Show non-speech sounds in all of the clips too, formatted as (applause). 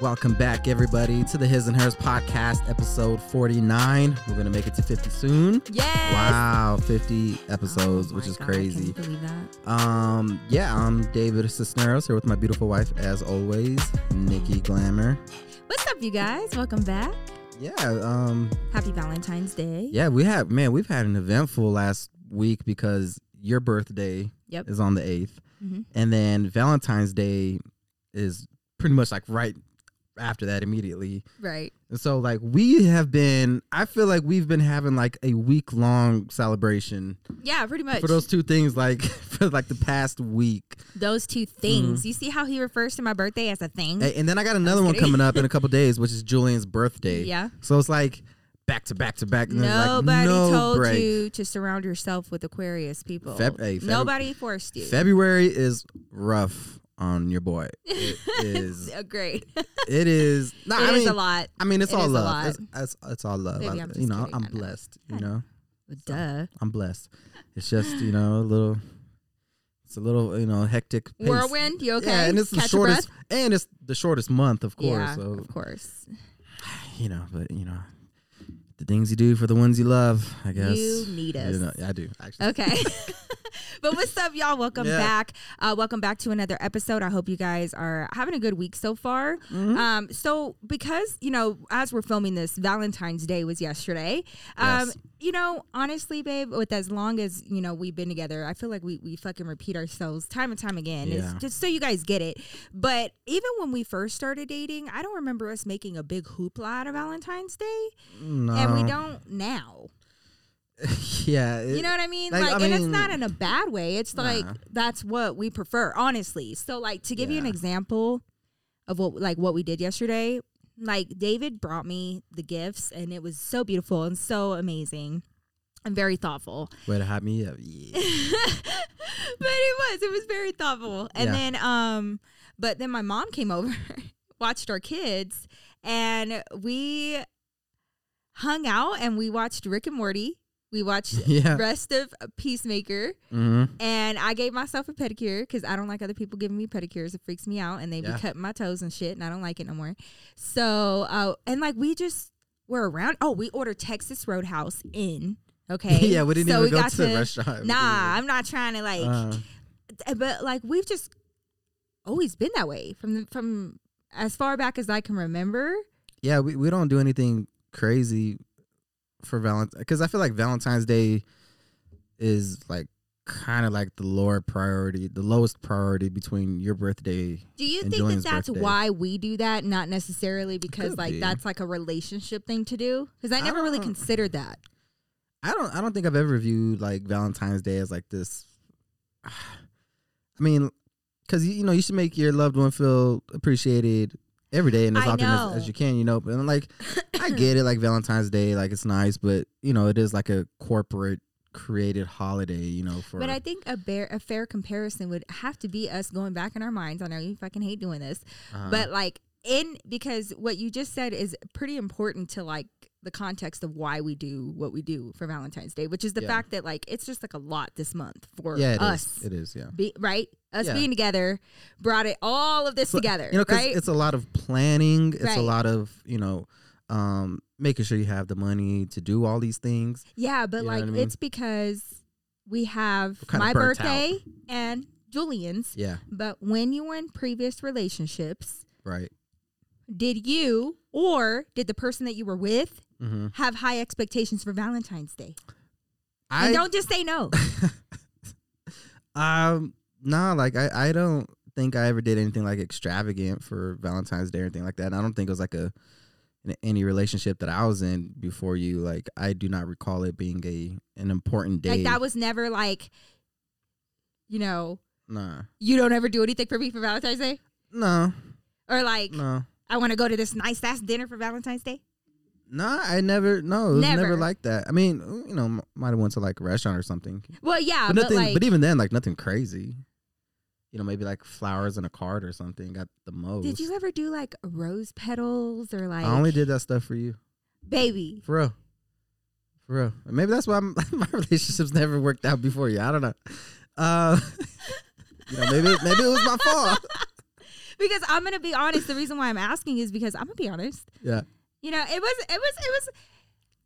Welcome back, everybody, to the His and Hers podcast, episode 49. We're going to make it to 50 soon. Yes. Wow, 50 episodes, Oh which my is God, crazy. Can you believe that? Um, yeah, I'm David Cisneros here with my beautiful wife, as always, Nikki Glamour. What's up, you guys? Welcome back. Yeah, um, Happy Valentine's Day. yeah, we have, man, we've had an eventful last week because your birthday Yep. is on the 8th. Mhm. And then Valentine's Day is pretty much like right after that immediately. Right. And so like we have been I feel like we've been having like a week long celebration Yeah, pretty much. for those two things like (laughs) for like the past week. Those two Mm. things. You see how he refers to my birthday as a thing? And, and then I got another one kidding. coming up in a couple days which is Julian's birthday. Yeah. So it's like back to back to back and there's, like, Nobody no told break. you to surround yourself with Aquarius people. Feb- hey, Feb- Nobody forced you. (laughs) February is rough on your boy. It is Uh, Great. It it is no, is I mean a lot. I mean, it's It all is a love. lot. It's, it's, it's all love. Baby, I, I'm just you know, kidding. I'm I know. blessed. I You know, Duh. I'm blessed. It's just you know a little. It's a little you know hectic. pace. Whirlwind. You okay? Yeah, and it's the Catch your shortest, breath? and it's the shortest month, of course. yeah, so of course. you know, but you know, the things you do for the ones you love, I guess. You need us. know, I do actually. Okay. (laughs) but what's up, y'all? Welcome Yeah. back. Uh, welcome back to another episode. I hope you guys are having a good week so far. Mm-hmm. Um, so, because, you know, as we're filming this, Valentine's Day was yesterday. Um, Yes. You know, honestly, babe, with as long as, you know, we've been together, I feel like we, we fucking repeat ourselves time and time again. Yeah. It's just so you guys get it. But even when we first started dating, I don't remember us making a big hoopla out of Valentine's Day. No. Oh, And we don't now. (laughs) yeah. It, You know what I mean? like, Like, I and it's mean- not in a bad way. It's like Nah. that's what we prefer, honestly. So, like, to give you an Yeah. example of what like what we did yesterday, like David brought me the gifts, and it was so beautiful and so amazing. And very thoughtful, (laughs) Way to hype me up. Yeah. (laughs) but it was it was very thoughtful. And Yeah. then, um, but then my mom came over, (laughs) watched our kids, and we hung out and we watched Rick and Morty. We watched yeah. rest of Peacemaker. hmm And I gave myself a pedicure because I don't like other people giving me pedicures. It freaks me out, and they Yeah. be cutting my toes and shit, and I don't like it no more. So, uh, and like we just were around. Oh, we ordered Texas Roadhouse in. Okay. (laughs) yeah. We didn't So even go got to the restaurant. Nah, I'm not trying to like. Uh, But like we've just always been that way from the, from as far back as I can remember. yeah we, we don't do anything crazy for valentine because i feel like valentine's day is like kind of like the lower priority the lowest priority between your birthday Do you And think Julian's that that's birthday. why we do that, not necessarily because Could like be. Ah. that's like a relationship thing to do? Because I I never really don't- considered that. i don't i don't think i've ever viewed like valentine's day as like this (sighs) i mean because you know you should make your loved one feel appreciated every day and as I often know. as, as you can you know but like (laughs) i get it like valentine's day like it's nice but you know it is like a corporate created holiday you know for But I think a bear a fair comparison would have to be us going back in our minds. I know you fucking hate doing this, uh, but like in because what you just said is pretty important to like the context of why we do what we do for Valentine's Day, which is the Yeah. fact that like it's just like a lot this month for yeah, it is. us. It is, yeah. Be, right? Us Yeah. being together brought it all of this together. You know, because right? it's a lot of planning. It's a Right. lot of you know, um, making sure you have the money to do all these things. Yeah, but You know what like I mean? it's because we have We're kinda my burnt out. birthday and Julian's. Yeah, But when you were in previous relationships, right. did you or did the person that you were with Mm-hmm. have high expectations for Valentine's Day? I and don't just say no. (laughs) um nah, like I I don't think I ever did anything like extravagant for Valentine's Day or anything like that. And I don't think it was like a in any relationship that I was in before you. Like I do not recall it being a an important day. like that was never like, you know, nah, you don't ever do anything for me for Valentine's Day, no, or like no. I want to go to this nice ass dinner for Valentine's Day. No, I never. No, it was never, Never. like that. I mean, you know, m- might have went to like a restaurant or something, Well, yeah, but but, nothing. But, like, even then, like nothing crazy. You know, maybe like flowers and a card or something. Got the most. did you ever do like rose petals or like I only did that stuff for you, baby? for real, for real. And Maybe that's why I'm, (laughs) my relationships never worked out (laughs) (laughs) before you. I don't know. Uh, you know, maybe maybe it was my fault. because I'm gonna be honest. The reason why I'm asking is because I'm gonna be honest. Yeah. You know, it was it was it was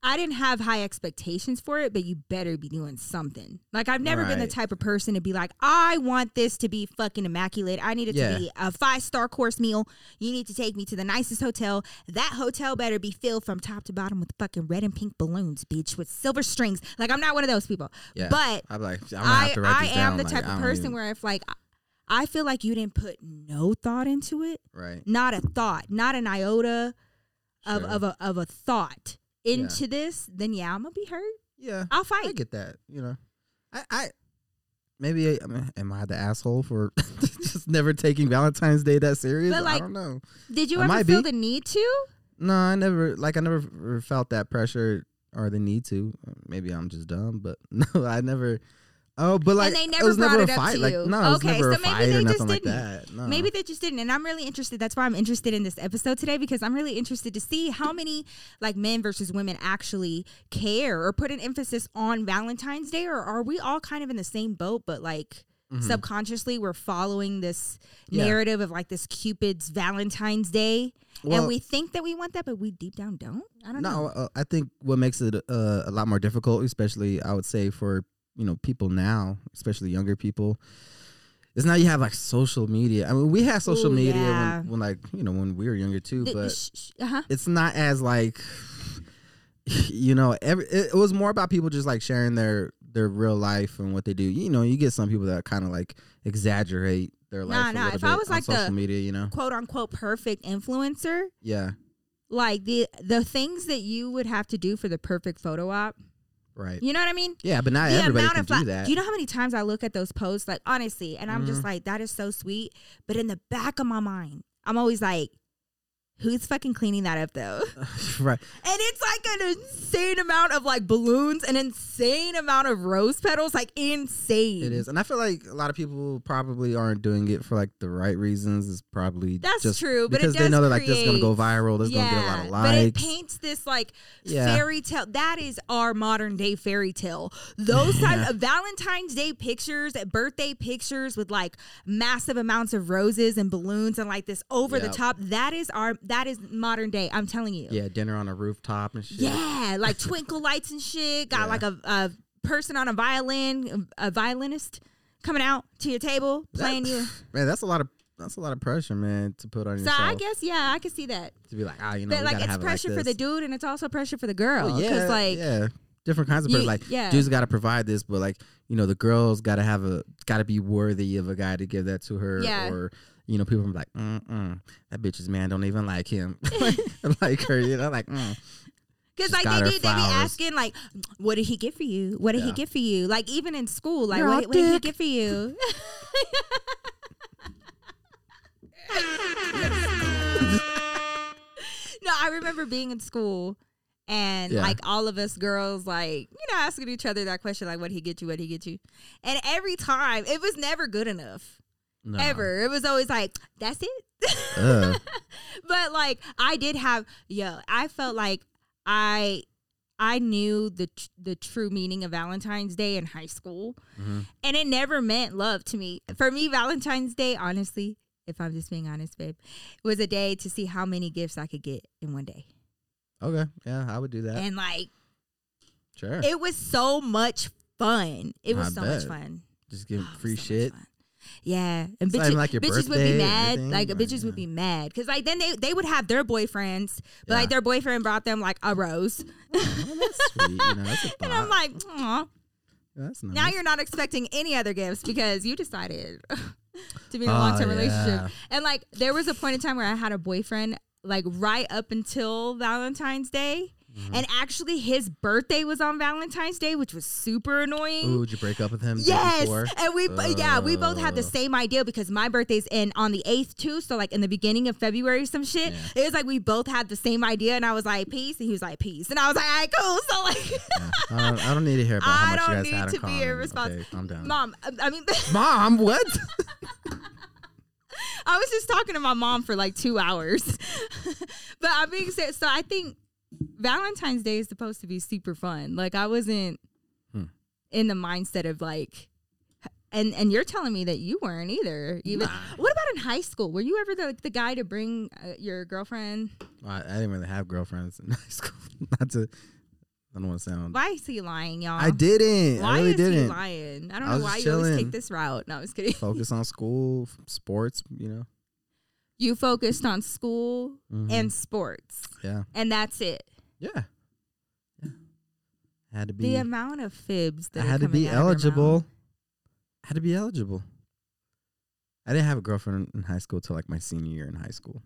I didn't have high expectations for it, but you better be doing something. Like I've never been the Right. type of person to be like, I want this to be fucking immaculate. I need it Yeah. to be a five star course meal. You need to take me to the nicest hotel. That hotel better be filled from top to bottom with fucking red and pink balloons, bitch, with silver strings. Like I'm not one of those people. Yeah. But I'm like, I'm gonna I, have to write I this am down. the Like, type I of don't person even- where if like I feel like you didn't put no thought into it right. not a thought, not an iota of, Sure. of a of a thought into this, then yeah, I'm gonna be hurt. Yeah. I'll I fight. get that. You know, I, I maybe I mean, am I the asshole for (laughs) just never taking Valentine's Day that serious? But, I like- don't know. Did you I ever might feel be. Uh-huh. the need to? No, I never like I never felt that pressure or the need to. Maybe I'm just dumb, but (laughs) no, I never. Oh, but like they it never was brought never it a up fight. to like you. no, it was Okay, never so a maybe fight they or just nothing like didn't. that. No. Maybe they just didn't. And I'm really interested. That's why I'm interested in this episode today because I'm really interested to see how many like men versus women actually care or put an emphasis on Valentine's Day or are we all kind of in the same boat but like Mm-hmm. subconsciously we're following this Yeah. narrative of like this Cupid's Valentine's Day and Well- we think that we want that but we deep down don't. I don't No, know. uh, I think what makes it uh, a lot more difficult, especially I would say for you know people now, especially younger people, is now you have like social media. I mean, we had social Ooh, media yeah. when, when like you know when we were younger too, Th- but sh- sh- uh-huh. it's not as like you know every it, it was more about people just like sharing their their real life and what they do. You know, you get some people that kind of like exaggerate their Nah, life. nah, a little if I bit was, on like, the- social media, you know, quote unquote perfect influencer yeah, like the the things that you would have to do for the perfect photo op. right, You know what I mean? yeah, but not everybody can do like, that. Mm. do you know how many times I look at those posts? Like honestly, and I'm just like, that is so sweet. But in the back of my mind, I'm always like, who's fucking cleaning that up though? (laughs) Uh, right. (laughs) And it's like an insane amount of like balloons, an insane amount of rose petals, like insane. It is, and I feel like a lot of people probably aren't doing it for like the right reasons. It's probably That's just true, but it because does they know that like this is gonna go create- viral. This is gonna get a lot of But it likes. paints this like Yeah. fairy tale. That is our modern day fairy tale. (laughs) Those types of Valentine's Day pictures, eh, birthday pictures with like massive amounts of roses and balloons and like this over the Yep. top. That is our that is modern day. I'm telling you. yeah, dinner on a rooftop and shit. Yeah, like twinkle lights and shit. Got Yeah. like a, a person on a violin, a violinist coming out to your table That- playing you. (sighs) man, that's a lot of that's a lot of pressure, man, to put on So yourself. I guess yeah, I could see that. to be like, ah, you know, But we like gotta it's have it pressure like for the this. dude and it's also pressure for the girl. Well, Oh, 'Cause, Oh, yeah, like yeah, different kinds of you- pressure. Like, yeah. dudes got to provide this, but like, you know, the girl's got to have a got to be worthy of a guy to give that to her. Yeah. Or you know, people are like, Mm-mm, that bitch's man don't even like (laughs) him, (laughs) like her. You know, like. Mm. Because Just like got her they do, they be flowers. asking like, "What did he get for you? What did he Yeah. get for you?" Like even in school, like, You're what, a what did he dick. get for (laughs) you?" no, I remember being in school and Yeah. like all of us girls, like you know, asking each other that question, like, "What did he get you? What did he get you?" And every time, it was never good enough. No. Ever, it was always like, "That's it." (laughs) (laughs) Ugh. but like I did have yo, I felt like I I knew the tr- the true meaning of Valentine's Day in high school, Mhm. and it never meant love to me. For me, Valentine's Day, honestly, if I'm just being honest, babe, was a day to see how many gifts I could get in one day, Okay. Yeah, I would do that. and like sure. it was so much fun. It was I so much bet. fun. Just give Oh, it was free so much shit. fun. Yeah, and It's not bitches, even like your bitches would birthday be or mad. anything, Like like, bitches would yeah. be mad because like then they they would have their boyfriends, but Yeah. like their boyfriend brought them like a rose, Oh, that's sweet. You know, that's a (laughs) and thought. I'm like, Aw, that's nice. now you're not expecting any other gifts because you decided (laughs) to be in a Oh, long term relationship. yeah. And like there was a point in time where I had a boyfriend like right up until Valentine's Day. Mm-hmm. And actually, his birthday was on Valentine's Day, which was super annoying. Ooh, did you break up with him? the day Yes, before? and we bo- yeah we both had the Oh. same idea because my birthday's in on the eighth too, so like in the beginning of February, some shit. Yeah. It was like we both had the same idea, and I was like peace, and he was like peace, and I was like all right, cool. So like, (laughs) Yeah. I, don't, I don't need to hear about I how much don't you guys need had in to be common. irrespons- Okay, I'm down. mom, I- I mean, (laughs) Mom, what? I was just talking to my mom for like two hours, (laughs) but I'm being serious. So I think Valentine's Day is supposed to be super fun. Like I wasn't Hmm. in the mindset of like, and and you're telling me that you weren't either. Even Nah. what about in high school, were you ever the, like, the guy to bring uh, your girlfriend? I, I didn't really have girlfriends in (laughs) high school. Not to, I don't want to sound. Why is he lying, y'all? I didn't. I Why really is he didn't. lying? I don't I know was why just you always chilling. take this route. No, I was kidding. Focus on school, f- sports. You know. You focused on school Mhm. and sports, yeah, and that's it. yeah, yeah. Had to be. The amount of fibs I that are had to coming be out of your mouth. eligible. I had to be eligible. I didn't have a girlfriend in high school till like my senior year in high school.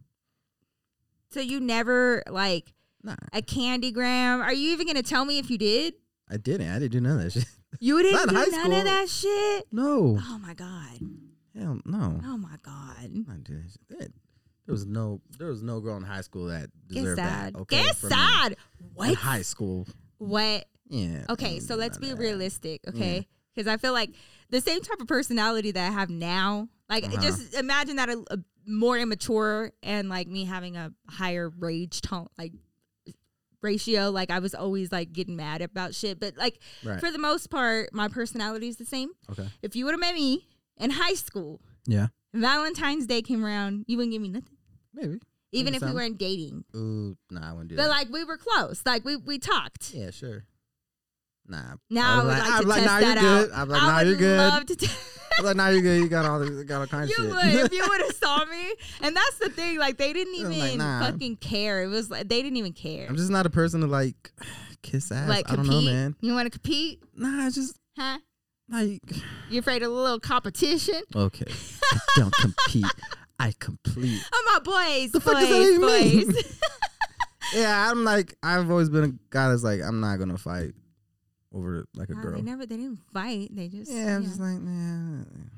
So you never like Nah, a candy gram. Are you even gonna tell me if you did? I didn't. I didn't do none of that (laughs) shit. You didn't in do high none school. of that shit. No, Oh my god. hell no. Oh my god. I did. that Oh. shit. That- There was no. There was no girl in high school that Get deserved sad. that. Okay, Get from me. sad. In What? high school. What? Yeah. Mm, I Okay, didn't so do let's none be of that. realistic, Mm. okay? Because I feel like the same type of personality that I have now, like Uh-huh. just imagine that a, a more immature and like me having a higher rage tone, like ratio. Like I was always like getting mad about shit, but like Right. for the most part, my personality is the same. okay. If you would have met me in high school, Yeah. Valentine's Day came around, you wouldn't give me nothing, Maybe. even Maybe if we some. weren't dating. Ooh, nah, I wouldn't do But that. like we were close, like we we talked. yeah, sure. Nah. Now I would was like, to I'm like, test nah, that you're out. good. I'm like, I nah, would you're good. love to. T- (laughs) I'm like, nah, you're good. You got all this, got all kinds you of shit. would if you would have saw me, and that's the thing. Like they didn't I'm even like, nah. fucking care. It was like they didn't even care. (laughs) I'm just not a person to like (sighs) kiss ass. like I don't compete. know, man. You want to compete? Nah, it's just Huh? like (sighs) You afraid of a little competition? okay. (laughs) I don't compete. I complete. Oh my boys, The fuck does that boys, even mean? boys. (laughs) Yeah, I'm like I've always been a guy that's like I'm not gonna fight over like a No, girl. They never. They didn't fight. They just. Yeah, I'm yeah. just like man.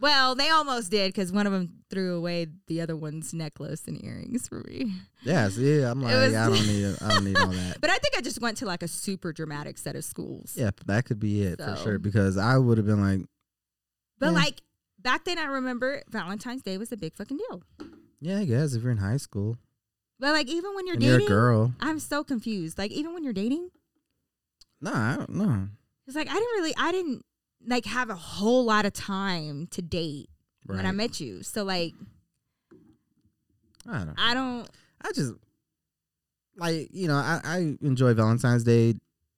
Well, they almost did because one of them threw away the other one's necklace and earrings for me. Yeah, so yeah, I'm like was- I don't need I don't need all (laughs) that. But I think I just went to like a super dramatic set of schools. Yeah, that could be it for So- sure because I would have been like, But Yeah. like back then, I remember Valentine's Day was a big fucking deal. yeah, I guess if you're in high school But like even when you're and dating, you're a girl, I'm so confused. Like even when you're dating, nah, I don't know. it's like I didn't really, I didn't like have a whole lot of time to date Right? when I met you. So like I don't. I don't. I just like you know I, I enjoy Valentine's Day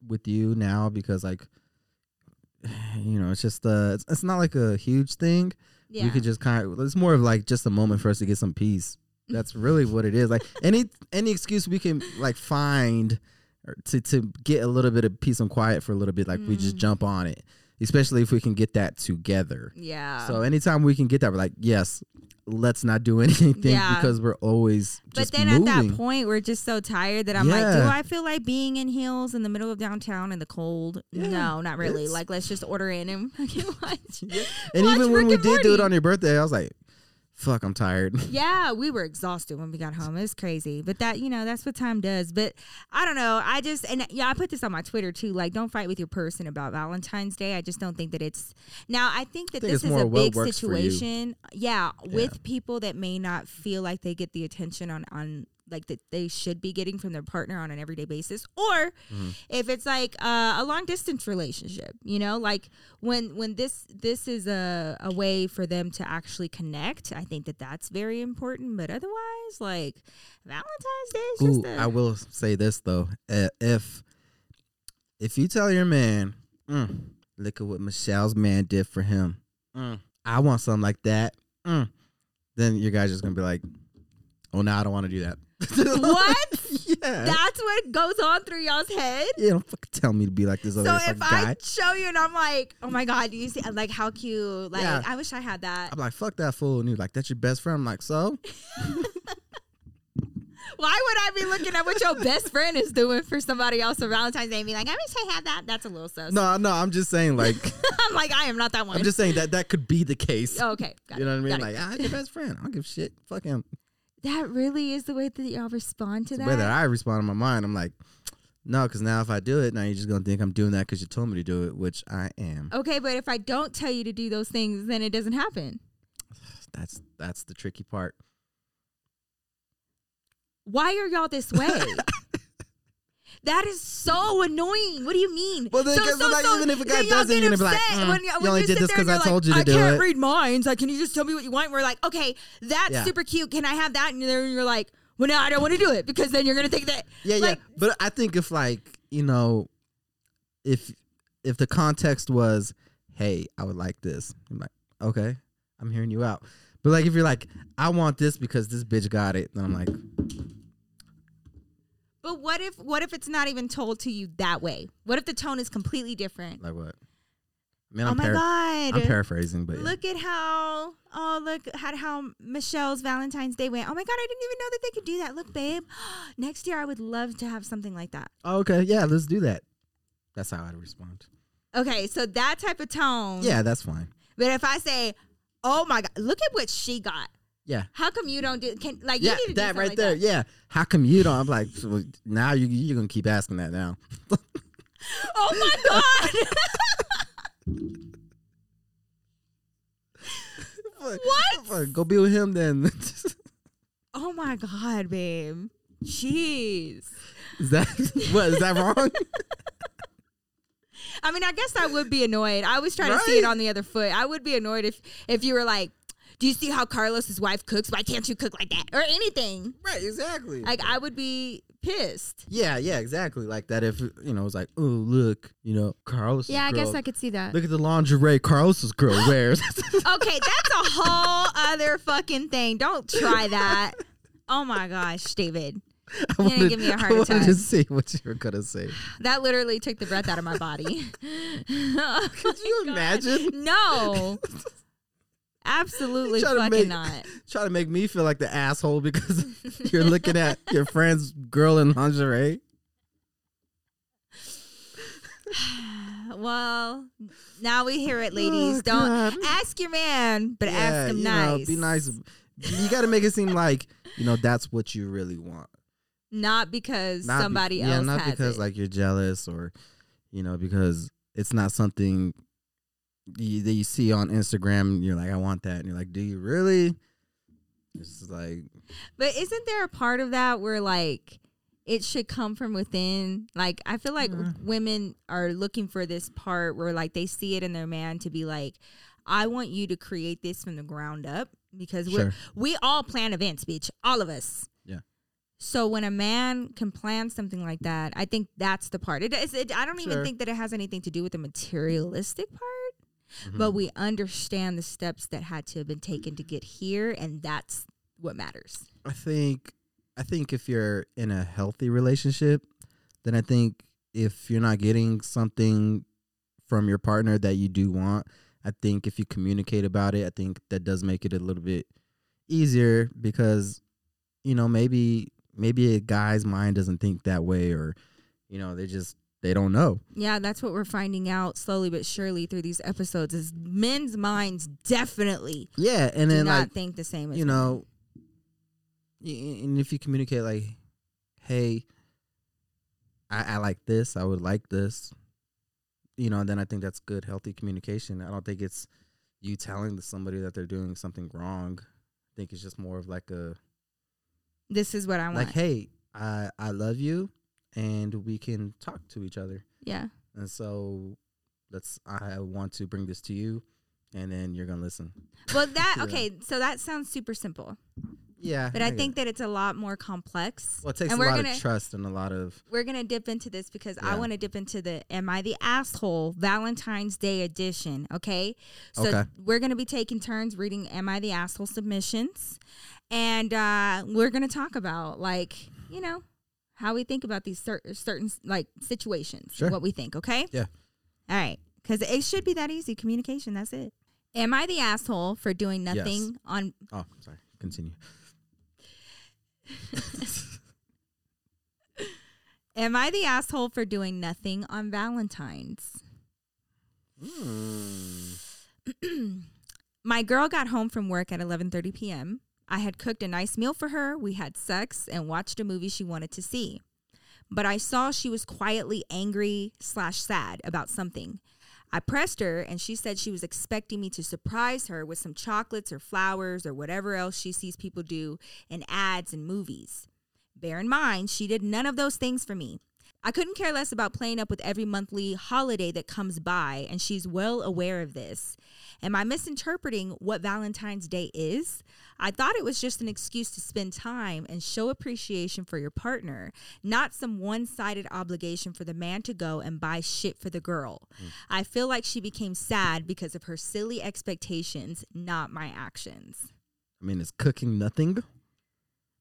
with you now because like (sighs) you know it's just uh it's, it's not like a huge thing. Yeah. We could just kind of it's more of like just a moment for us to get some peace. That's (laughs) really what it is. Like any any excuse we can like find or to to get a little bit of peace and quiet for a little bit like we just Mm. jump on it. Especially if we can get that together. yeah. So anytime we can get that, we're like, yes, let's not do (laughs) anything Yeah. because we're always but just then moving. at that point, we're just so tired that I'm like, do Yeah. I feel like being in heels in the middle of downtown in the cold? Yeah, No, not really. it's- Like, let's just order in and (laughs) fucking watch. And Watch even when Rick we and did do it Morty. on your birthday, I was like, "Fuck, I'm tired." Yeah, we were exhausted when we got home. It was crazy. But that, you know, that's what time does. But I don't know. I just, and yeah, I put this on my Twitter too. Like, don't fight with your person about Valentine's Day. I just don't think that it's, now I think that think this it's is more a what big works for you. situation. Yeah, with people that may not feel like they get the attention on, on, like that they should be getting from their partner on an everyday basis or Mm-hmm. if it's like uh, a long distance relationship you know like when when this this is a, a way for them to actually connect i think that that's very important but otherwise like valentine's day is Ooh, just a- I will say this though: Uh, if if you tell your man, mm, "Look at what Michelle's man did for him," Mm, I want something like that. Mm, then your guy's just gonna be like, "Oh no, I don't want to do that." (laughs) What? yeah. that's what goes on through y'all's head yeah, don't fucking tell me to be like this other so fucking if i guy. show you and i'm like oh my god do you see like how cute like Yeah. Um, i wish i had that I'm like, "Fuck that fool," and you're like, "That's your best friend." I'm like, "So." why would i be looking at (laughs) what your best friend is doing for somebody else on valentine's day and be like i wish i had that that's a little sus No, no, I'm just saying, like, (laughs) i'm like i am not that one I'm just saying that that could be the case. Oh, okay got you know it, what I mean? got it. Like, ah, your best friend. I don't give a shit. Fuck him. That really is the way that y'all respond to The that. way that I respond in my mind, I'm like, no, because now if I do it, now you're just gonna think I'm doing that because you told me to do it, which I am. okay, but if I don't tell you to do those things, then it doesn't happen. That's that's the tricky part. (laughs) Why are y'all this way? That is so annoying. What do you mean? Well, then, so, 'cause like, even if a guy then y'all doesn't, get you're gonna be like, upset "Mm, when y- you when only you did sit this there 'cause and I you're like, told you to I do can't it." read minds. Like, can you just tell me what you want? We're like, okay, that's Yeah. super cute. Can I have that? And then you're like, well, no, I don't want to do it because then you're gonna think that. Yeah, like, yeah. But I think if like, you know, if if the context was, hey, I would like this, I'm like, okay, I'm hearing you out. But like if you're like, I want this because this bitch got it, then I'm like, But what if what if it's not even told to you that way? What if the tone is completely different? like what? I mean, oh I'm, my par- god! I'm paraphrasing, but yeah. Look at how oh look at how Michelle's Valentine's Day went. Oh my god, I didn't even know that they could do that. Look, babe, (gasps) next year I would love to have something like that. Oh, okay, yeah, let's do that. That's how I'd respond. Okay, so that type of tone. Yeah, that's fine. But if I say, oh my god, look at what she got. Yeah. How come you don't do? Can like Yeah, you need to do that something right like there. That. Yeah. How come you don't? I'm like, so now you you're gonna keep asking that now. (laughs) Oh my god! (laughs) What? Fuck, Go be with him then. (laughs) oh my god, babe. Jeez. Is that (laughs) what? Is that (laughs) wrong? (laughs) I mean, I guess I would be annoyed. I was trying to see it Right. on the other foot. I would be annoyed if if you were like, "Do you see how Carlos's wife cooks? Why can't you cook like that?" or anything. right, exactly. Like I would be pissed. yeah, yeah, exactly. Like that. If you know, it's like, oh look, you know, Carlos. could see that. Look at the lingerie Carlos's girl wears. (laughs) (laughs) okay, that's a whole other fucking thing. Don't try that. Oh my gosh, David. I You didn't give me a heart I attack. wanted to see what you were gonna (laughs) say. That literally took the breath out of my body. (laughs) (laughs) Oh Could you imagine? (laughs) no. Absolutely Trying to fucking make- not. Try to make me feel like the asshole (laughs) because you're looking at your friend's girl in lingerie. Well, now we hear it, ladies. Oh, Don't God. ask your man, but Yeah, ask him you nice. know, be nice. You got to make it (laughs) seem like you know that's what you really want. Not because Not be- somebody yeah, else not has because it. like you're jealous or you know because it's not something you, that you see on Instagram. And you're like, I want that, and you're like, Do you really? It's just like but isn't there a part of that where like it should come from within? Like I feel like Yeah. women are looking for this part where like they see it in their man to be like, I want you to create this from the ground up because we're sure, we all plan events, bitch. All of us. Yeah. So when a man can plan something like that, I think that's the part. It, it's- it, I don't even Sure. think that it has anything to do with the materialistic part, Mhm. but we understand the steps that had to have been taken to get here, and that's what matters. I think I think if you're in a healthy relationship, then I think if you're not getting something from your partner that you do want, I think if you communicate about it, I think that does make it a little bit easier because you know, maybe maybe a guy's mind doesn't think that way or you know, they just they don't know. Yeah, that's what we're finding out slowly but surely through these episodes. Is men's minds definitely Yeah, and do then not like think the same as you women. know, y- y- and if you communicate like, "Hey, I, I like this. I would like this," you know, then I think that's good, healthy communication. I don't think it's you telling somebody that they're doing something wrong. I think it's just more of like a This is what I want. like, "Hey, I I love you, and we can talk to each other." yeah. And so, let's. I want to bring this to you, and then you're gonna listen. (laughs) Well, that Yeah. okay. So that sounds super simple, Yeah, but I get think it. that it's a lot more complex. well, it takes a and we're lot gonna- of trust and a lot of we're gonna dip into this because I Yeah. want to dip into the "Am I the Asshole?" Valentine's Day edition. Okay, so Okay. we're gonna be taking turns reading "Am I the Asshole?" submissions, and uh, we're gonna talk about like you know how we think about these cer- certain like situations, Sure. what we think. Okay, Yeah. all right, because it should be that easy. Communication. That's it. Am I the asshole for doing Yes. nothing on Oh, sorry. Continue. Am I the asshole for doing nothing on Valentine's? My girl got home from work at 11:30 p.m. I had cooked a nice meal for her. We had sex and watched a movie she wanted to see. But I saw she was quietly angry slash sad about something. I pressed her and she said she was expecting me to surprise her with some chocolates or flowers or whatever else she sees people do in ads and movies. Bear in mind, she did none of those things for me. I couldn't care less about playing up with every monthly holiday that comes by, and she's well aware of this. Am I misinterpreting what Valentine's Day is? I thought it was just an excuse to spend time and show appreciation for your partner, not some one sided obligation for the man to go and buy shit for the girl. I feel like she became sad because of her silly expectations, not my actions. I mean, is cooking nothing?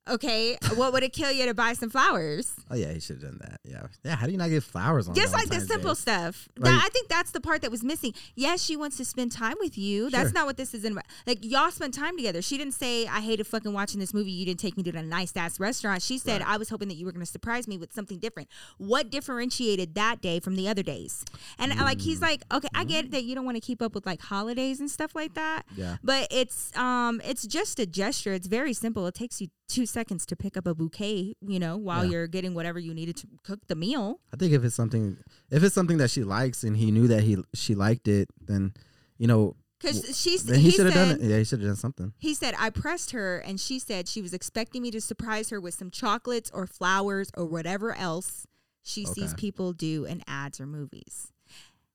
Okay, what would it kill you to buy some flowers? Oh yeah, he should have done that. Yeah, yeah. How do you not get flowers on? Just like the Valentine's simple Day? stuff. Like- That- I think that's the part that was missing. Yes, she wants to spend time with you. That's Sure. not what this is in. Like y'all spend time together. She didn't say I hated fucking watching this movie. You didn't take me to a nice ass restaurant. She said I was hoping that you were going to surprise me with something different. What differentiated that day from the other days? And uh, like Mm. he's like, okay, I get that you don't want to keep up with like holidays and stuff like that. Yeah. But it's um it's just a gesture. It's very simple. It takes you two seconds to pick up a bouquet. You know, while Yeah. you're getting whatever you needed to cook the meal. I think if it's something, if it's something that she likes and he knew that he she liked it, then you know, Because she s- then he, he should said have done it. Yeah, he should have done something. he said I pressed her and she said she was expecting me to surprise her with some chocolates or flowers or whatever else she sees Okay. people do in ads or movies.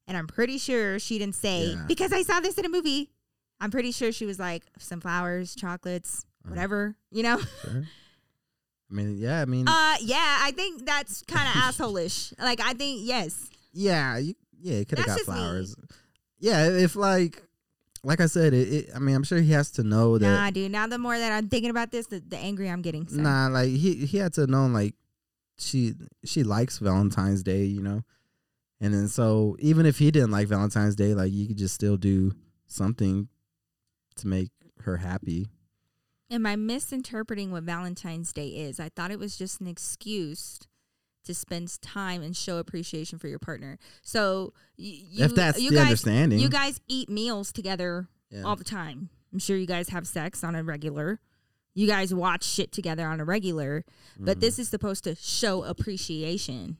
And I'm pretty sure she didn't say Yeah. because I saw this in a movie. I'm pretty sure she was like some flowers, chocolates, Uh-huh. whatever, you know. Sure. I mean, yeah. I mean, Uh yeah, I think that's (laughs) kind of assholeish. Like I think yes. yeah, you, yeah. He could have that's got just me. flowers. Yeah, if like, like I said, it, it. I mean, I'm sure he has to know that. Nah, dude. Now the more that I'm thinking about this, the, the angrier I'm getting. So. Nah, like he he had to know like she she likes Valentine's Day, you know, and then so even if he didn't like Valentine's Day, like you could just still do something to make her happy. Am I misinterpreting what Valentine's Day is? I thought it was just an excuse to spend time and show appreciation for your partner. So y- you, if that's you the guys, understanding, you guys um, eat meals together yeah. all the time. I'm sure you guys have sex on a regular. You guys watch shit together on a regular, but Mm-hmm. this is supposed to show appreciation.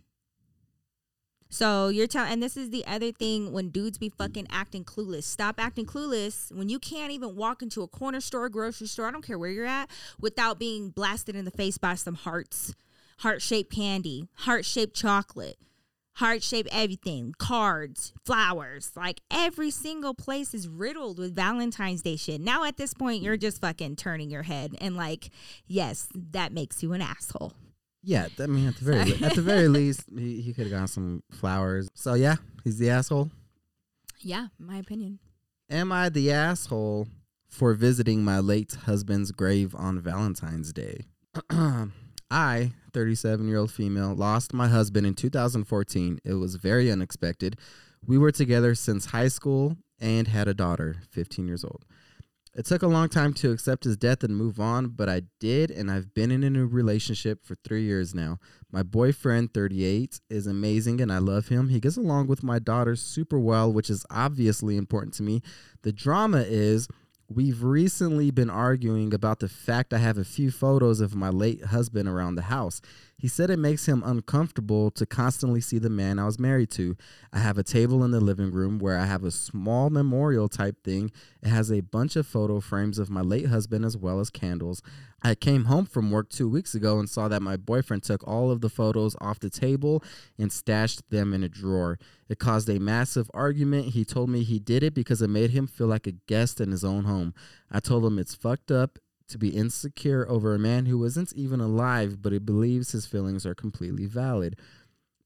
So you're telling, and this is the other thing when dudes be fucking acting clueless. Stop acting clueless when you can't even walk into a corner store, grocery store, I don't care where you're at, without being blasted in the face by some hearts, heart shaped candy, heart shaped chocolate heart shape everything cards flowers like every single place is riddled with valentine's day shit now at this point you're just fucking turning your head and like yes that makes you an asshole yeah. I mean, at the very Sorry. le- (laughs) at the very least, he, he could have gotten some flowers. So yeah, he's the asshole. yeah my opinion Am I the asshole for visiting my late husband's grave on Valentine's Day? (clears throat) I, 37 year old female, lost my husband in 2014. It was very unexpected. We were together since high school and had a daughter, 15 years old. It took a long time to accept his death and move on, but I did, and I've been in a new relationship for three years now. My boyfriend, 38, is amazing and I love him. He gets along with my daughter super well, which is obviously important to me. The drama is we've recently been arguing about the fact I have a few photos of my late husband around the house. He said it makes him uncomfortable to constantly see the man I was married to. I have a table in the living room where I have a small memorial type thing. It has a bunch of photo frames of my late husband as well as candles. I came home from work two weeks ago and saw that my boyfriend took all of the photos off the table and stashed them in a drawer. It caused a massive argument. He told me he did it because it made him feel like a guest in his own home. I told him it's fucked up to be insecure over a man who isn't even alive, but he believes his feelings are completely valid.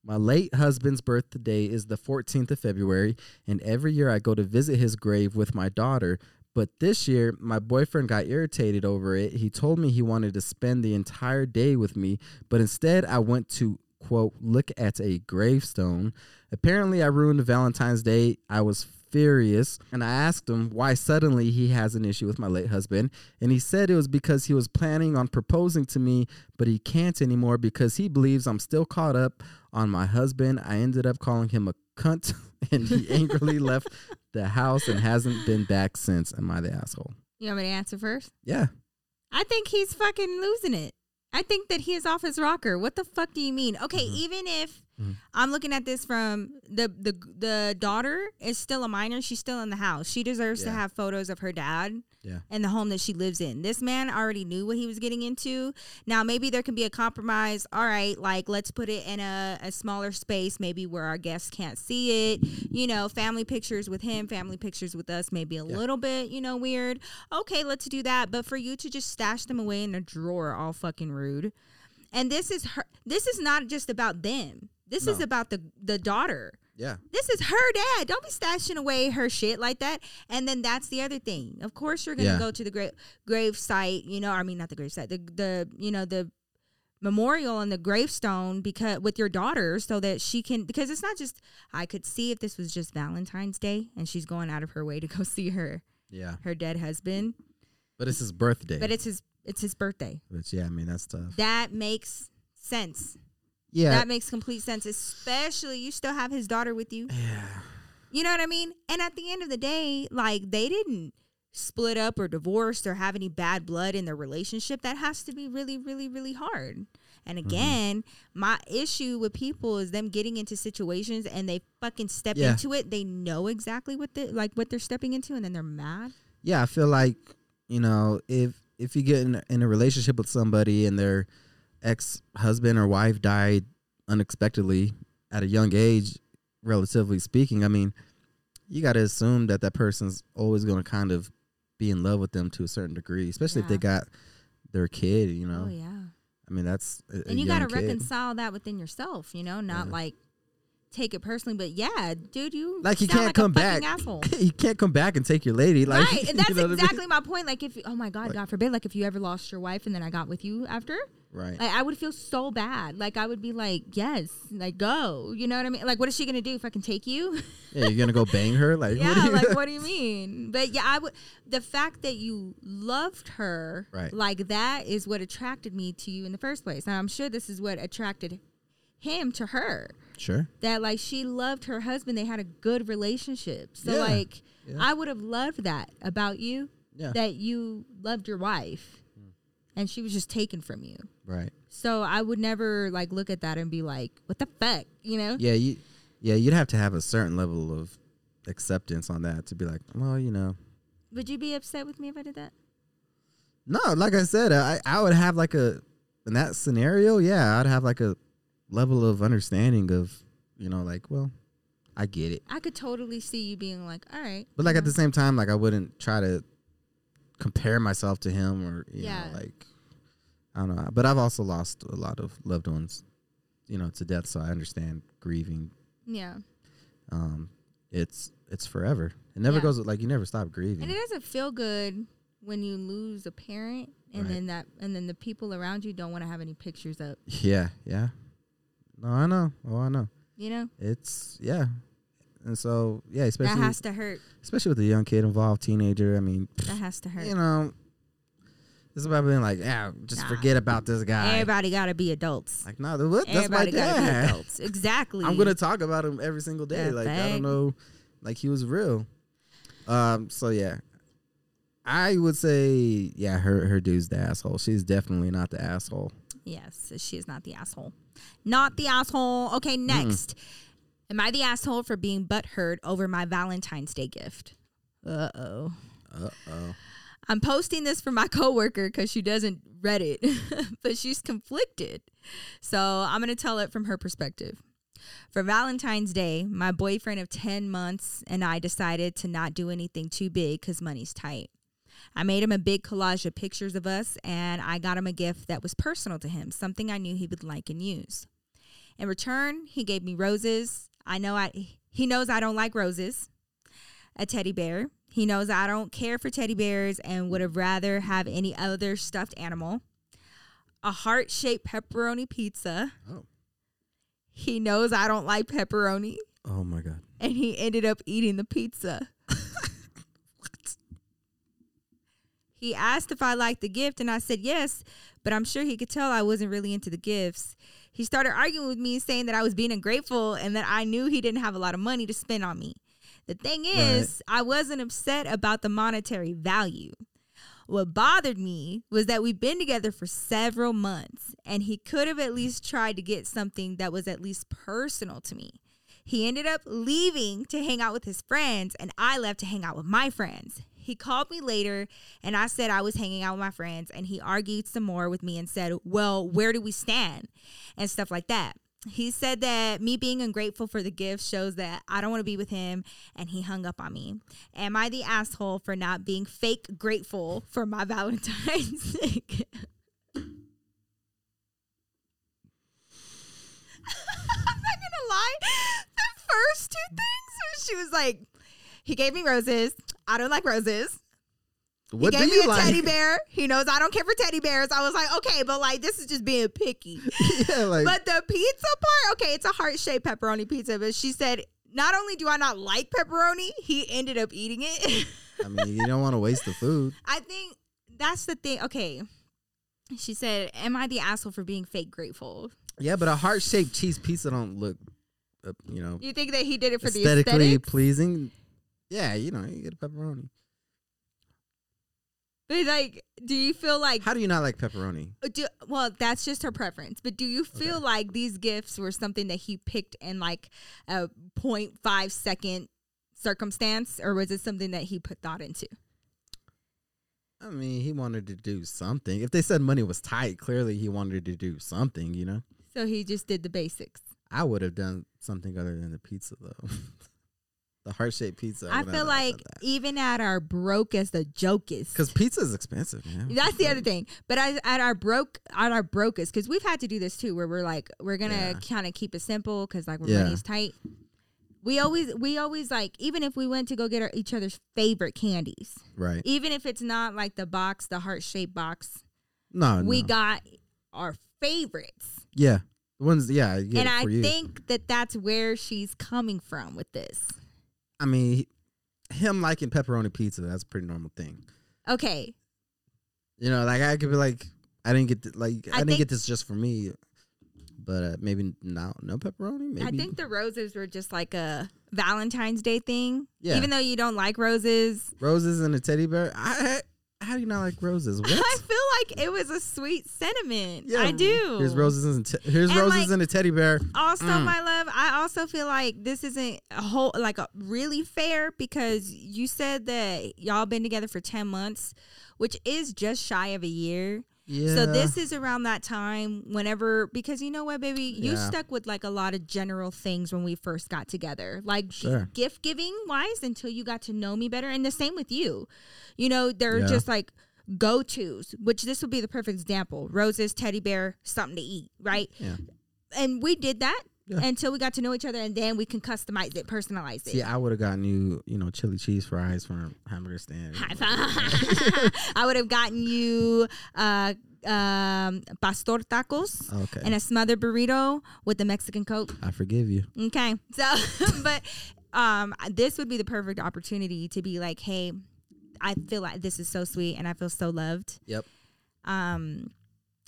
My late husband's birthday is the 14th of February, and every year I go to visit his grave with my daughter. But this year, my boyfriend got irritated over it. He told me he wanted to spend the entire day with me, but instead I went to, quote, look at a gravestone. Apparently, I ruined Valentine's Day. I was furious and I asked him why suddenly he has an issue with my late husband. And he said it was because he was planning on proposing to me, but he can't anymore because he believes I'm still caught up on my husband. I ended up calling him a cunt (laughs) and he angrily left the house and hasn't been back since. Am I the asshole? you want me to answer first Yeah. i think he's fucking losing it i think that he is off his rocker what the fuck do you mean okay Mhm. even if Mhm. i'm looking at this from the the the daughter is still a minor she's still in the house she deserves to Yeah. have photos of her dad Yeah. and the home that she lives in. This man already knew what he was getting into. Now maybe there can be a compromise. All right, like let's put it in a, a smaller space, maybe where our guests can't see it. You know, family pictures with him, family pictures with us, maybe a Yeah. little bit, you know, weird. Okay, let's do that. But for you to just stash them away in a drawer, all fucking rude. And this is her this is not just about them. This is No. about the the daughter Yeah. this is her dad. Don't be stashing away her shit like that. And then that's the other thing. Of course, you're gonna Yeah. go to the grave grave site. You know, I mean, not the grave site. The the you know the memorial and the gravestone because with your daughter so that she can because it's not just I could see if this was just Valentine's Day and she's going out of her way to go (laughs) see her Yeah. her dead husband, But it's his birthday. but it's his it's his birthday. Which, yeah, I mean, that's tough. That makes sense. Yeah. That makes complete sense. Especially you still have his daughter with you. yeah. You know what I mean? And at the end of the day, like they didn't split up or divorce or have any bad blood in their relationship. That has to be really, really, really hard. And Mm-hmm. again, my issue with people is them getting into situations and they fucking step Yeah. into it. They know exactly what they like what they're stepping into and then they're mad. yeah, I feel like you know if if you get in, in a relationship with somebody and their ex husband or wife died unexpectedly at a young age, relatively speaking, I mean, you got to assume that that person's always going to kind of be in love with them to a certain degree, especially if they Yeah. got their kid. You know, Oh yeah. I mean, that's a, a and you young got to kid. reconcile that within yourself, you know, not Yeah. like take it personally, but yeah, dude, you Like you sound can't a come fucking back. Asshole. you can't come back and take your lady. (laughs) Like (laughs) right, and you that's know what I mean? exactly my point. Like, if you- oh my god, God forbid, like if you ever lost your wife and then I got with you after, right. like I would feel so bad. Like I would be like, yes, like go. You know what I mean? Like, what is she gonna do if I can take (laughs) you? yeah, you're gonna go bang her. Like what yeah, do you- (laughs) like what do you mean? But yeah, I would. The fact that you loved her Right. like that is what attracted me to you in the first place. Now I'm sure this is what attracted him to her sure. that like she loved her husband. They had a good relationship. So Yeah. like Yeah. I would have loved that about you Yeah. Hmm. that you loved your wife and she was just taken from you. right. So I would never like look at that and be like, what the fuck, you know? yeah you yeah you'd have to have a certain level of acceptance on that to be like well you know Would you be upset with me if I did that? no like i said i i would have like a in that scenario yeah i'd have like a level of understanding of you know like well i get it I could totally see you being like, all right. but like you at know. the same time like i wouldn't try to compare myself to him or you Yeah. know like i don't know but i've also lost a lot of loved ones you know to death so i understand grieving Yeah. um it's it's forever it never Yeah. goes like you never stop grieving And it doesn't feel good when you lose a parent and Right. then that and then the people around you don't want to have any pictures up, Yeah, yeah. No, I know. Oh, I know. you know? It's yeah, and so yeah, especially that has to hurt. especially with a young kid involved, teenager. I mean, That has to hurt. you know, it's about being like, yeah, just Nah. forget about this guy. Everybody got to be adults. like, no, nah, what? that's my Everybody got to be dad. adults. Exactly. I'm gonna talk about him every single day. Yeah, like, I thank- don't know, like he was real. Um. So yeah. I would say, yeah, her her dude's the asshole. She's definitely not the asshole. Yes, she is not the asshole. Not the asshole. Okay, next. Am I the asshole for being butthurt over my Valentine's Day gift? Uh oh. Uh oh. I'm posting this for my (laughs) coworker because she doesn't read it, (laughs) but she's conflicted. So I'm going to tell it from her perspective. For Valentine's Day, my boyfriend of 10 months and I decided to not do anything too big because money's tight. I made him a big collage of pictures of us and I got him a gift that was personal to him, something I knew he would like and use. In return, he gave me roses. I know I he knows I don't like roses a teddy bear. He knows I don't care for teddy bears and would have rather have any other stuffed animal. A heart shaped pepperoni pizza. Oh. He knows I don't like pepperoni Oh my god. and he ended up eating the pizza. He asked if I liked the gift, and I said yes, but I'm sure he could tell I wasn't really into the gifts. He started arguing with me, saying that I was being ungrateful and that I knew he didn't have a lot of money to spend on me. The thing is, I wasn't upset about the monetary value. What bothered me was that we've been together for several months, and he could have at least tried to get something that was at least personal to me. He ended up leaving to hang out with his friends, and I left to hang out with my friends. He called me later and I said I was hanging out with my friends and he argued some more with me and said, "Well, where do we stand?" and stuff like that. He said that me being ungrateful for the gift shows that I don't want to be with him and he hung up on me. Am I the asshole for not being fake grateful for my (laughs) Valentine's? (laughs) I'm not gonna lie. The first two things, she was like, he gave me roses. I don't like roses. What he do gave me you a like? (laughs) teddy bear. He knows I don't care for teddy bears. I was like, okay, but like this is just being picky. yeah, like But the pizza part, okay, it's a heart shaped pepperoni pizza. But she said, not only do I not like pepperoni, he ended up eating it. (laughs) I mean, you don't want to waste the food. I think that's the thing. Okay. She said, Am I the asshole for being fake grateful? Yeah, but a heart shaped cheese pizza don't look, uh, you know, You think that he did it for the aesthetically aesthetic? pleasing. Yeah, you know, you get a pepperoni. But like, do you feel like uh, How do you not like pepperoni? do well that's just her preference but do you feel Okay. like these gifts were something that he picked in like a 0.5 second circumstance or was it something that he put thought into I mean, he wanted to do something. If they said money was tight, clearly he wanted to do something. You know, so he just did the basics I would have done something other than the pizza though. (laughs) the heart shaped pizza. i feel like even at our broke as the joke is because pizza is expensive, man. that's (laughs) the other thing but as, at our broke at our brokest because we've had to do this too where we're like we're gonna Yeah. kind of keep it simple because like we're Yeah. money's tight we always we always like even if we went to go get our, each other's favorite candies right? even if it's not like the box, the heart shaped box, No, we no. got our favorites. yeah. The ones, yeah, yeah. and I for you. think that that's where she's coming from with this. I mean, he- him liking pepperoni pizza, that's a pretty normal thing. Okay. You know, like I could be like, I didn't get th- like I, I didn't think- get this just for me, but uh, maybe not no pepperoni. Maybe I think the roses were just like a Valentine's Day thing. Yeah. Even though you don't like roses, (laughs) roses and a teddy bear. I, I how do you not like roses? What? (laughs) I feel like it was a sweet sentiment. I do. Here's roses and te- here's And, roses like- and a teddy bear. also Mm. my love i also feel like this isn't a whole like a really fair because you said that y'all been together for 10 months which is just shy of a year Yeah. so this is around that time whenever because you know what baby you Yeah. stuck with like a lot of general things when we first got together like Sure. gift giving wise until you got to know me better and the same with you you know they're Yeah. just like go-to's which this would be the perfect example roses teddy bear something to eat right Yeah. and we did that Yeah. until we got to know each other and then we can customize it personalize it See, I would have gotten you, you know, chili cheese fries from hamburger stand. High five. (laughs) i would have gotten you uh um pastor tacos Okay. and a smothered burrito with the mexican coke I forgive you. Okay. So, (laughs) but um, this would be the perfect opportunity to be like, hey, I feel like this is so sweet and I feel so loved. Yep. Um,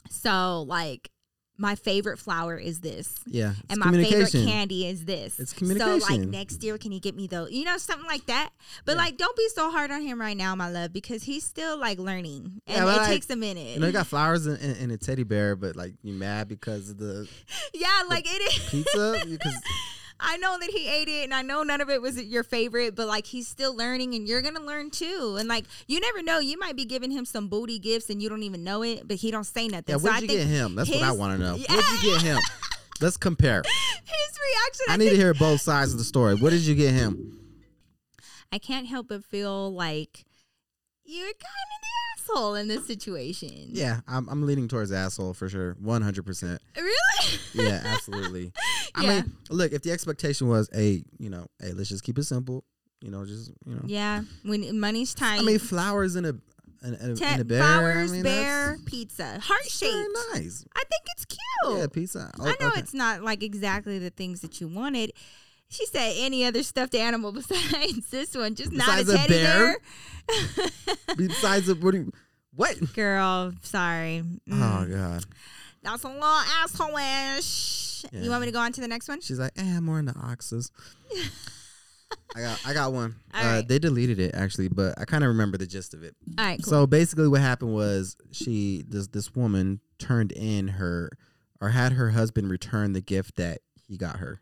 so like my favorite flower is this. Yeah. It's and my favorite communication. candy is this. It's So like communication. next year, can you get me though? You know, something like that. But Yeah. like, don't be so hard on him right now, my love, because he's still like learning, and Yeah, but, it like, takes a minute. You know, you got flowers and, and, and a teddy bear, but like you mad because of the (laughs) yeah, like it is. (laughs) pizza? Because I know that he ate it, and I know none of it was your favorite, but like he's still learning, and you're gonna learn too. And like you never know, you might be giving him some booty gifts, and you don't even know it, but he don't say nothing. yeah, so I what'd you think get him? That's what I his- want to (laughs) know. What'd you get him? Let's compare. (laughs) his reaction. I, I need to think- hear both sides of the story. What did you get him? I can't help but feel like you're kind of the asshole in this situation. Yeah, I'm, I'm leaning towards asshole for sure, 100. percent Really? (laughs) Yeah, (laughs) absolutely. I Yeah. mean, look, if the expectation was, hey, you know, hey, let's just keep it simple, you know, just you know. yeah. When money's tight. I mean, flowers in a in, in, Te- in a bear. flowers, I mean, bear, pizza, heart That's shaped. very nice. I think it's cute. Yeah, pizza. Oh, I know okay. it's not like exactly the things that you wanted. She said any other stuffed animal (laughs) besides this one, just Besides a not a teddy bear? bear. Besides, of- what? Do you, what? Girl, sorry. Mm. Oh God. That's a little asshole-ish. Yeah. You want me to go on to the next one? She's like, eh, I'm more into (laughs) oxes. I got, I got one. All uh, right. They deleted it actually, but I kind of remember the gist of it. All right, cool. So basically, what happened was she this this woman turned in her or had her husband return the gift that he got her.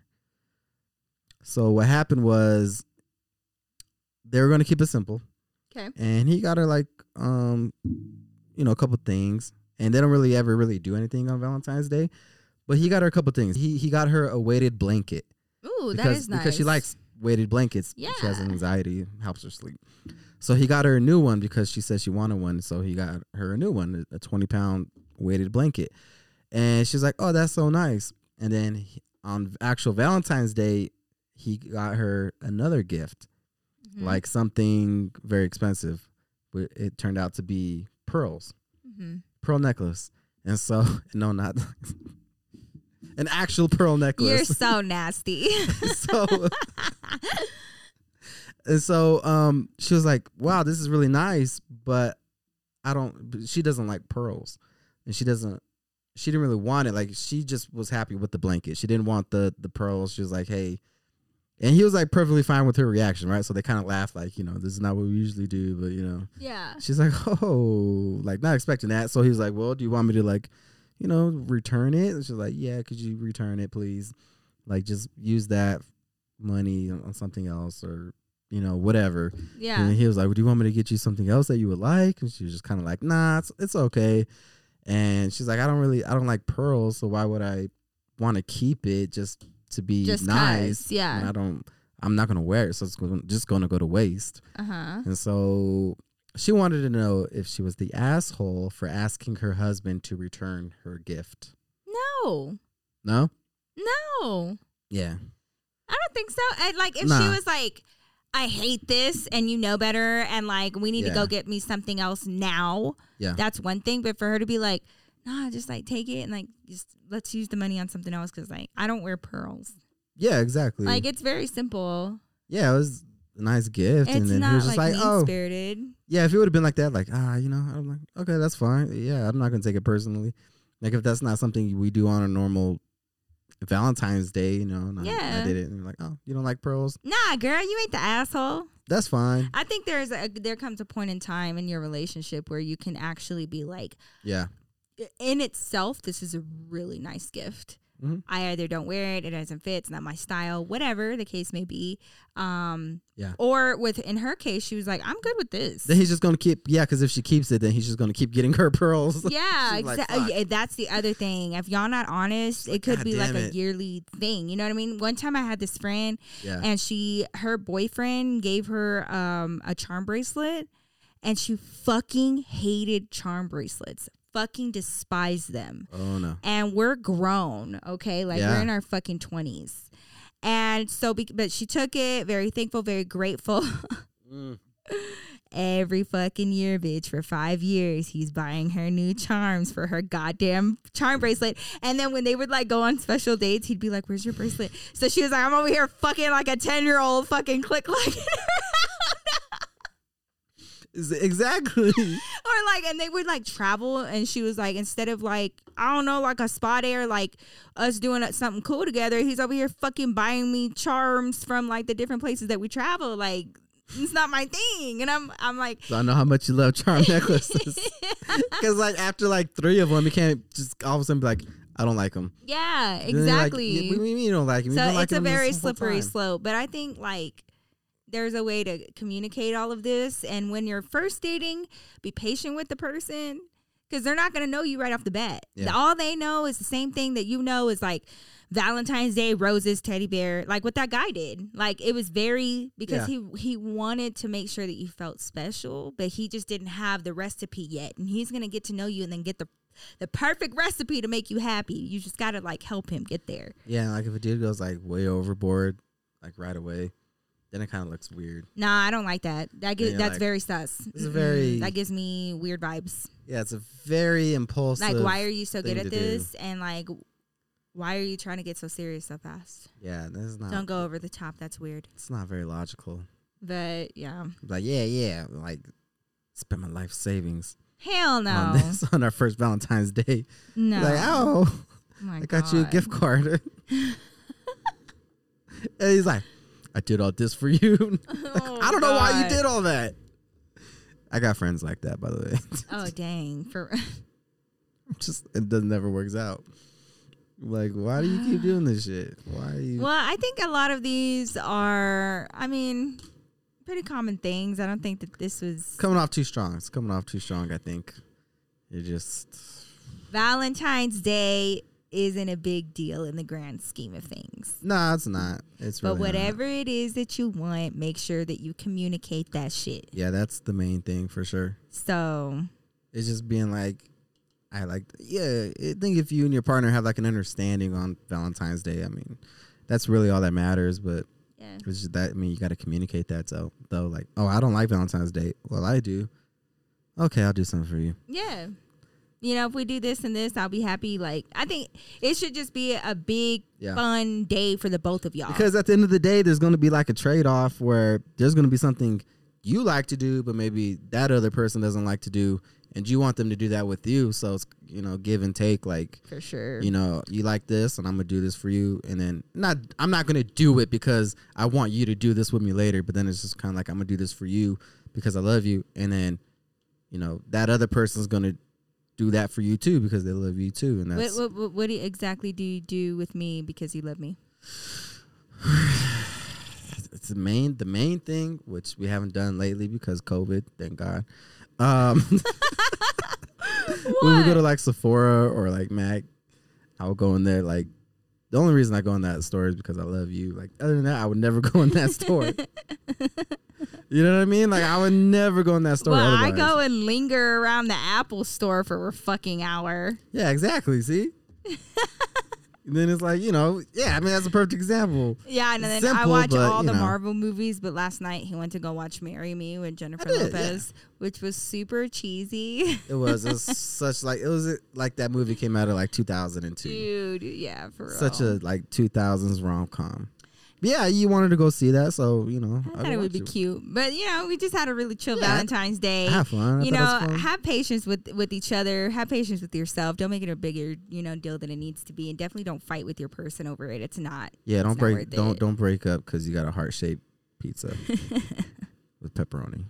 So what happened was they were going to keep it simple. Okay. And he got her like um you know a couple things and they don't really ever really do anything on Valentine's Day. But he got her a couple things. He he got her a weighted blanket. Ooh, because, that is nice. Because she likes weighted blankets. She has Yeah. anxiety, helps her sleep. So he got her a new one because she said she wanted one. So he got her a new one, a 20 pound weighted blanket. And she's like, oh, that's so nice. And then he- on actual Valentine's Day, he got her another gift, Mhm. like something very expensive. But it turned out to be pearls, Mhm. pearl necklace. And so, (laughs) no, not an actual pearl necklace (laughs) You're so nasty. (laughs) so and so um she was like wow this is really nice but i don't but she doesn't like pearls and she doesn't she didn't really want it like she just was happy with the blanket she didn't want the the pearls she was like hey and he was like perfectly fine with her reaction right so they kind of laughed like you know this is not what we usually do but you know yeah. She's like, (laughs) oh, like not expecting that. So he was like, well, do you want me to like, you know, return it? And she's like, yeah, could you return it, please? Like, just use that money on on something else or you know whatever. And Yeah. then he was like, well, do you want me to get you something else that you would like? And she was just kind of like, nah, it's, it's okay. And she's like, I don't really, I don't like pearls, so why would I want to keep it just to be Just nice? nice. Yeah. And I don't, I'm not gonna wear it, so it's gonna, just gonna go to waste. Uh huh. And so she wanted to know if she was the asshole for asking her husband to return her gift. No. No? No. Yeah. I don't think so. I, like if she Nah. was like, I hate this and you know better and like we need to Yeah. go get me something else now. Yeah. That's one thing. But for her to be like, nah, just like take it and like just let's use the money on something else because like I don't wear pearls. Yeah, exactly. Like it's very simple. yeah, it was a nice gift. and it's then he not was just like, like, oh, mean spirited. yeah, if it would have been like that, like, ah, you know, I'm like, okay, that's fine. Yeah, I'm not going to take it personally. Like, if that's not something we do on a normal Valentine's Day, you know, and I- I, Yeah. did it. And like, oh, you don't like pearls? Nah, girl, you ain't the asshole. That's fine. I think there's a there comes a point in time in your relationship where you can actually be like, Yeah. in itself, this is a really nice gift. Mhm. I either don't wear it, it doesn't fit, it's not my style, whatever the case may be. Um, Yeah. Or with in her case, she was like, I'm good (laughs) with this. Then he's just going to keep, yeah, because if she keeps it, then he's just going to keep getting her (laughs) pearls. yeah, She's like, exactly. "Fuck." that's the other thing. If y'all not honest, like, it could "God be like damn a it." yearly thing. You know what I mean? One time I had this friend yeah. and she her boyfriend gave her um a charm bracelet and she fucking hated charm bracelets. Fucking despised them oh, no. and we're grown, okay? Like Yeah. we're in our fucking 20s. And so be- but she took it, very thankful, very grateful. (laughs) Every fucking year, bitch, for 5 years, he's buying her new charms for her goddamn charm bracelet. And then when they would like go on special dates, he'd be like, "Where's your bracelet?" So she was like, "I'm over here fucking like a 10-year-old fucking click like." Is- Exactly. or like and they would like travel and she was like instead of like i don't know like a spa day or like us doing something cool together he's over here fucking buying me charms from like the different places that we travel like it's not my thing and i'm i'm like so I know how much you love charm (laughs) necklaces. Because like after like three of them, you can't just all of a sudden be like, I don't like them. yeah exactly Like, "Yeah, what do you mean you don't like 'em? You've so been it's liking a 'em this very whole slippery time." slope but i think like there's a way to communicate all of this and when you're first dating be patient with the person because they're not going to know you right off the bat Yeah. all they know is the same thing that you know is like valentine's day roses teddy bear like what that guy did like it was very because he he wanted to make sure that you felt special but he just didn't have the recipe yet and he's going to get to know you and then get the the perfect recipe to make you happy you just got to like help him get there Yeah, like if a dude goes like way overboard, like right away, then it kind of looks weird. Nah, I don't like that. That Yeah, gi- you're that's like, very sus. is Mm-mm. very- that gives me weird vibes. Yeah, it's a very impulsive. like, why are you so good thing at to do. this? And like, why are you trying to get so serious so fast? Yeah, this is not. Don't go over the top. That's weird. It's not very logical. But yeah, Like yeah, yeah, like spend my life savings hell no, (laughs) on this (laughs) on our first Valentine's Day. no. Like oh. Oh my I got you a God. gift card. (laughs) and he's like, I did all this for you. (laughs) Like, Oh, I don't know why you God. did all that. I got friends like that, by the way. (laughs) Oh dang! For Just it does never works out. Like, why do you (sighs) keep doing this shit? Why are (laughs) you well, I think a lot of these are. I mean, pretty common things. I don't think that this was coming off too strong. It's coming off too strong. I think it just Valentine's Day isn't a big deal in the grand scheme of things. nah. It's not. It's really but not. whatever it is that you want, make sure that you communicate that shit. Yeah, that's the main thing for sure. So It's just being like, I like. Yeah, I think if you and your partner have like an understanding on Valentine's Day, I mean, that's really all that matters. But yeah, It's just that I mean you got to communicate that so though like oh I don't like Valentine's Day well I do okay I'll do something for you yeah. You know, if we do this and this, I'll be happy. Like I think it should just be a big Yeah. fun day for the both of y'all. because at the end of the day there's going to be like a trade off where there's going to be something you like to do but maybe that other person doesn't like to do and you want them to do that with you so it's you know give and take like for sure. you know you like this and I'm gonna do this for you and then not I'm not gonna do it because I want you to do this with me later but then it's just kind of like I'm gonna do this for you because I love you and then you know that other person's gonna do that for you too because they love you too and what, that's what, what, what do you- exactly do you do with me because you love me? it's the main the main thing which we haven't done lately because COVID thank God um (laughs) we would go to like Sephora or like Mac I would go in there like the only reason I go in that store is because I love you like other than that I would never (laughs) go in that (laughs) store You know what I mean? Like I would never go in that store. well, I otherwise. go and linger around the Apple store for a fucking hour. Yeah, exactly. (laughs) See. And then it's like you know, yeah. I mean, that's a perfect example. Yeah, and then I Simple, watch but, all you the know. Marvel movies, but last night he went to go watch Marry Me with Jennifer did, yeah. Lopez, which was super cheesy. (laughs) It was, it was such like it was like that movie came out of like 2002. Dude, yeah, for real. Such a like 2000s rom com. Yeah, you wanted to go see that, so you know. I thought it would be cute. But you know, we just had a really chill Yeah. Valentine's Day. Have fun. I you thought know, it was fun. have patience with with each other. Have patience with yourself. Don't make it a bigger, you know, deal than it needs to be. And definitely don't fight with your person over it. It's not. Yeah, it's don't not break. worth Don't it. don't break up because you got a heart shaped (laughs) pizza with pepperoni.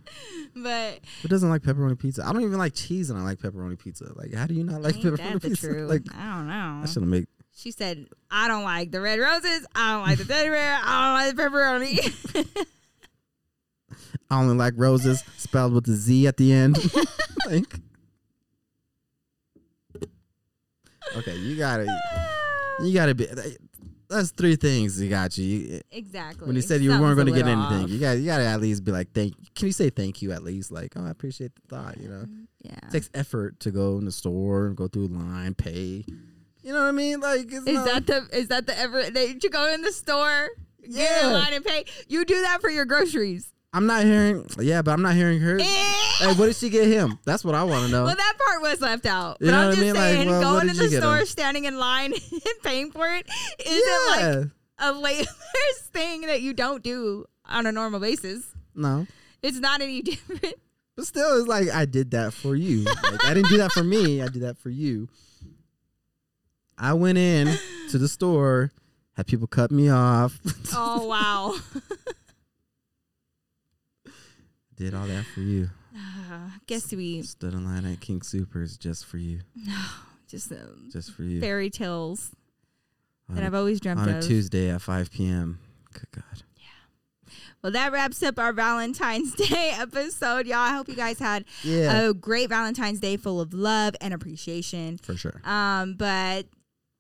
But Who doesn't like pepperoni pizza? I don't even like cheese, and I like pepperoni pizza. Like, how do you not (laughs) (laughs) like ain't pepperoni that the pizza? truth? Like, I don't know. I should have made She said, I don't like the red roses. I don't like the teddy bear. I don't like (laughs) the pepperoni. (laughs) I only like roses spelled with a Z at the end. (laughs) (laughs) like, okay, you gotta, you gotta be. That's three things you got you. You- exactly. When you said you weren't going to Something's a get little anything, off. you got you gotta at least be like, thank. Can you say thank you at least? Like, oh, I appreciate the thought. You know, Yeah. it takes effort to go in the store and go through line, pay. You know what I mean? Like, it's Is not- that the is that the ever that you go in the store, get Yeah. in line and pay? You do that for your groceries. I'm not hearing. Yeah, but I'm not hearing her. hey, Eh. what did she get him? That's what I want to know. Well, that part was left out. But You know I'm what I just mean? Like, saying, well, what going did in you the get 'em? store, standing in line, (laughs) and paying for it isn't yeah. like a labor's (laughs) thing that you don't do on a normal basis. no. It's not any (laughs) different. But still, it's like I did that for you. Like I didn't do that for me. I did that for you. I went in to the store, had people cut me off, (laughs) Oh (laughs) wow. (sighs) did all that for you. Uh, guess we Stood in line at King Supers just for you, just uh, just for you. fairy tales On, that a- I've always dreamt on a of. Tuesday at 5 p.m. Good God. Well, that wraps up our Valentine's (laughs) Day episode, y'all. I hope you guys had Yeah, a Oh, great Valentine's Day full of love and appreciation. for sure. Um, but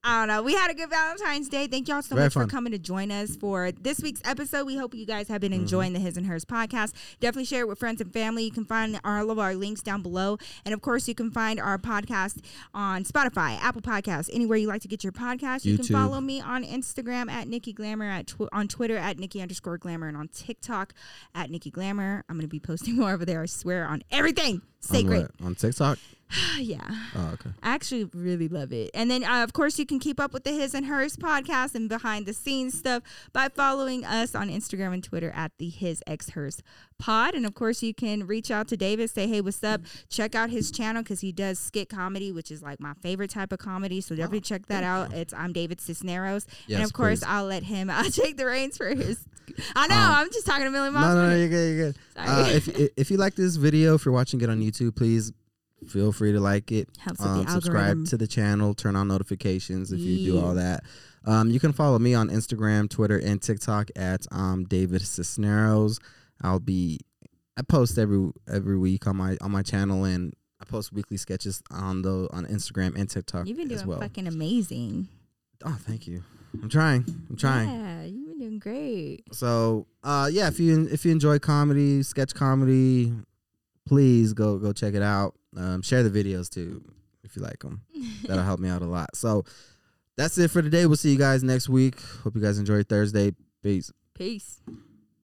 I don't know. We had a good Valentine's Day. Thank y'all so Very much for fun. coming to join us for this week's episode. We hope you guys have been Mm-hmm. enjoying the His and Hers podcast. Definitely share it with friends and family. You can find all of our links down below. And of course, you can find our podcast on Spotify, Apple Podcasts, anywhere you like to get your podcast. You can YouTube. follow me on Instagram at Nikki Glamour, at tw- on Twitter at Nikki underscore Glamour, and on TikTok at Nikki Glamour. I'm going to be posting (laughs) more over there, I swear, on everything On, sacred. what? on TikTok. (sighs) yeah. Oh, okay. I actually really love it. And then, uh, of course, you can keep up with the His and Hers podcast and behind the scenes stuff by following us on Instagram and Twitter at the His Ex Hers Pod. And of course, you can reach out to David, say, hey, what's up? Check out his channel because he does skit comedy, which is like my favorite type of comedy. So definitely check that out. It's I'm David Cisneros. and Yes, of course, please. I'll let him (laughs) uh, take the reins for his. I know, Um, I'm just talking a million No, miles. no, a no, minute. you're good. You're good. Uh, Sorry. if i- if you like this video, if you're watching it on YouTube, please feel free to like it. Helps with the algorithm. Um, subscribe to the channel. Turn on notifications if you do all Yeah. that. Um, you can follow me on Instagram, Twitter, and TikTok at um, David Cisneros. I'll be I post every every week on my on my channel and I post weekly sketches on the on Instagram and TikTok You've been doing as well. fucking amazing. oh, thank you. I'm trying. I'm trying. Yeah, you've been doing great. So, uh, yeah, if you if you enjoy comedy, sketch comedy, please go go check it out. Um, share the videos too if you like them. That'll help me out a lot. So, that's it for today. We'll see you guys next week. Hope you guys enjoy Thursday. Peace. Peace.